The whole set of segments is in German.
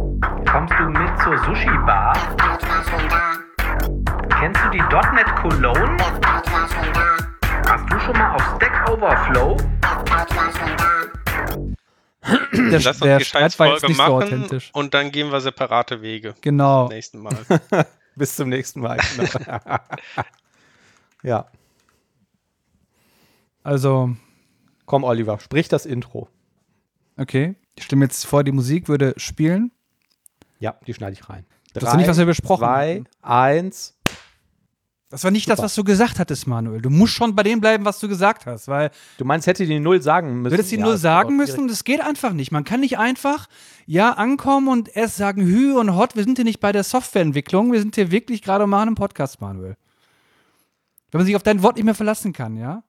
Kommst du mit zur Sushi Bar? Das Boot war schon da. Kennst du die .NET Cologne? Das Boot war schon da. Hast du schon mal auf Stack Overflow? Das Boot war schon da. Der, Lass uns der die Streit war jetzt Scheißfolge nicht so machen authentisch. und dann gehen wir separate Wege. Genau. Nächsten Mal. Bis zum nächsten Mal. Genau. ja. Also, Komm, Oliver, sprich das Intro. okay. Ich stimme jetzt vor, die Musik würde spielen. Ja, die schneide ich rein. Das war nicht, was wir besprochen Zwei, hatten. eins. Das war nicht das, Super. was du gesagt hattest, Manuel. Du musst schon bei dem bleiben, was du gesagt hast, weil Du meinst, hätte die Null sagen müssen. du hättest ihn Ja, nur das war sagen auch müssen und das geht einfach nicht. Man kann nicht einfach, ja, ankommen und erst sagen, hü und hot. Wir sind hier nicht bei der Softwareentwicklung. Wir sind hier wirklich gerade mal einem Podcast, Manuel. Wenn man sich auf dein Wort nicht mehr verlassen kann, ja?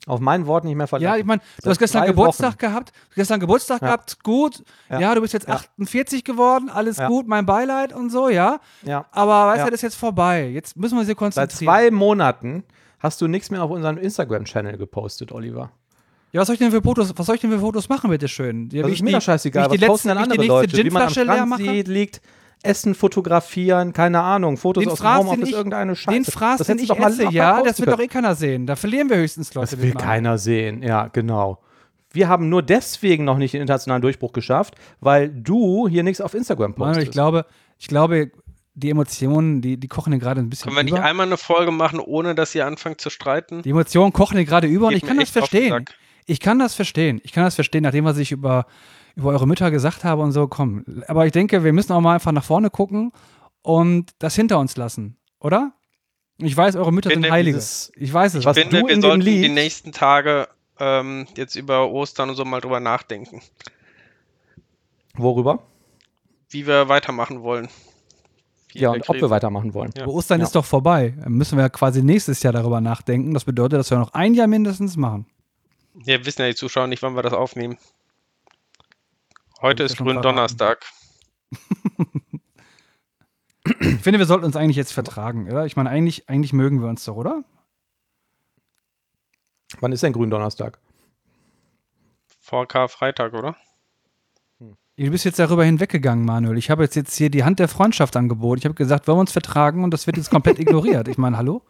direkt Auf meinen Worten nicht mehr verlassen. Ja, ich meine, du hast Seit gestern drei Geburtstag Wochen. gehabt, gestern Geburtstag Ja. gehabt, gut. Ja. Ja. du bist jetzt Ja. 48 geworden, alles Ja. gut, mein Beileid und so, ja. ja. Aber weißt du, Ja. das ist jetzt vorbei. Jetzt müssen wir uns hier konzentrieren. Seit zwei Monaten hast du nichts mehr auf unserem Instagram-Channel gepostet, Oliver. Ja, was soll ich denn für Fotos, was soll ich denn für Fotos machen, bitteschön? Ja, Das wie ist ich mir die- doch scheißegal. wie Was ich die posten letzte- dann andere wie ich die Leute? nächste Wie man am Ginflasche leer Strand mache? sieht, liegt, Essen fotografieren, keine Ahnung, Fotos Den aus dem Fraß, den Homeoffice, ich- irgendeine Scheiße. Den Fraß, Das den hättest ich du doch alles esse, noch mal ja, posten das wird doch können. eh keiner sehen. Da verlieren wir höchstens Leute. Das will mit. keiner sehen, ja, genau. Wir haben nur deswegen noch nicht den internationalen Durchbruch geschafft, weil du hier nichts auf Instagram postest. Manuel, ich glaube, ich glaube, die Emotionen, die, die kochen hier gerade ein bisschen Können wir nicht über. einmal eine Folge machen, ohne dass ihr anfangt zu streiten? Die Emotionen kochen hier gerade über und Geht ich kann mir das echt auf den verstehen. Sack. Ich kann das verstehen. Ich kann das verstehen, nachdem was ich über, über eure Mütter gesagt habe und so, komm. Aber ich denke, wir müssen auch mal einfach nach vorne gucken und das hinter uns lassen, oder? Ich weiß, eure Mütter Bin sind der- Heilige. dieses- Ich weiß es. Was Ich finde, du wir in dem sollten die Lied- nächsten Tage ähm, jetzt über Ostern und so mal drüber nachdenken, Worüber? wie wir weitermachen wollen. Wie Ja, in und der ob wir Krise. weitermachen wollen. Ja. Aber Ostern ist doch vorbei. Dann müssen wir ja quasi nächstes Jahr darüber nachdenken. Das bedeutet, dass wir noch ein Jahr mindestens machen. Ja, wissen ja die Zuschauer nicht, wann wir das aufnehmen. Heute Hab ich ist ja schon verraten. Gründonnerstag. Ich finde, wir sollten uns eigentlich jetzt vertragen, oder? Ich meine, eigentlich, eigentlich mögen wir uns doch, oder? Wann ist denn Gründonnerstag? Vor Karfreitag, oder? Du bist jetzt darüber hinweggegangen, Manuel. Ich habe jetzt, jetzt hier die Hand der Freundschaft angeboten. Ich habe gesagt, wollen wir uns vertragen und das wird jetzt komplett ignoriert. Ich meine, hallo?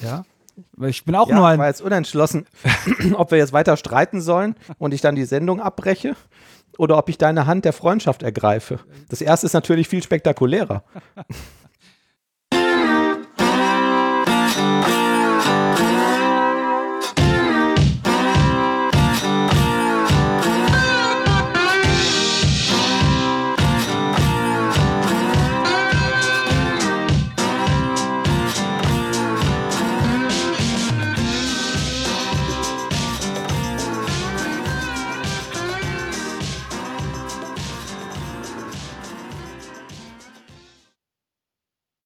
Ja. Weil ich bin auch nur ich war ein. jetzt unentschlossen, ob wir jetzt weiter streiten sollen und ich dann die Sendung abbreche oder ob ich deine Hand der Freundschaft ergreife. Das erste ist natürlich viel spektakulärer.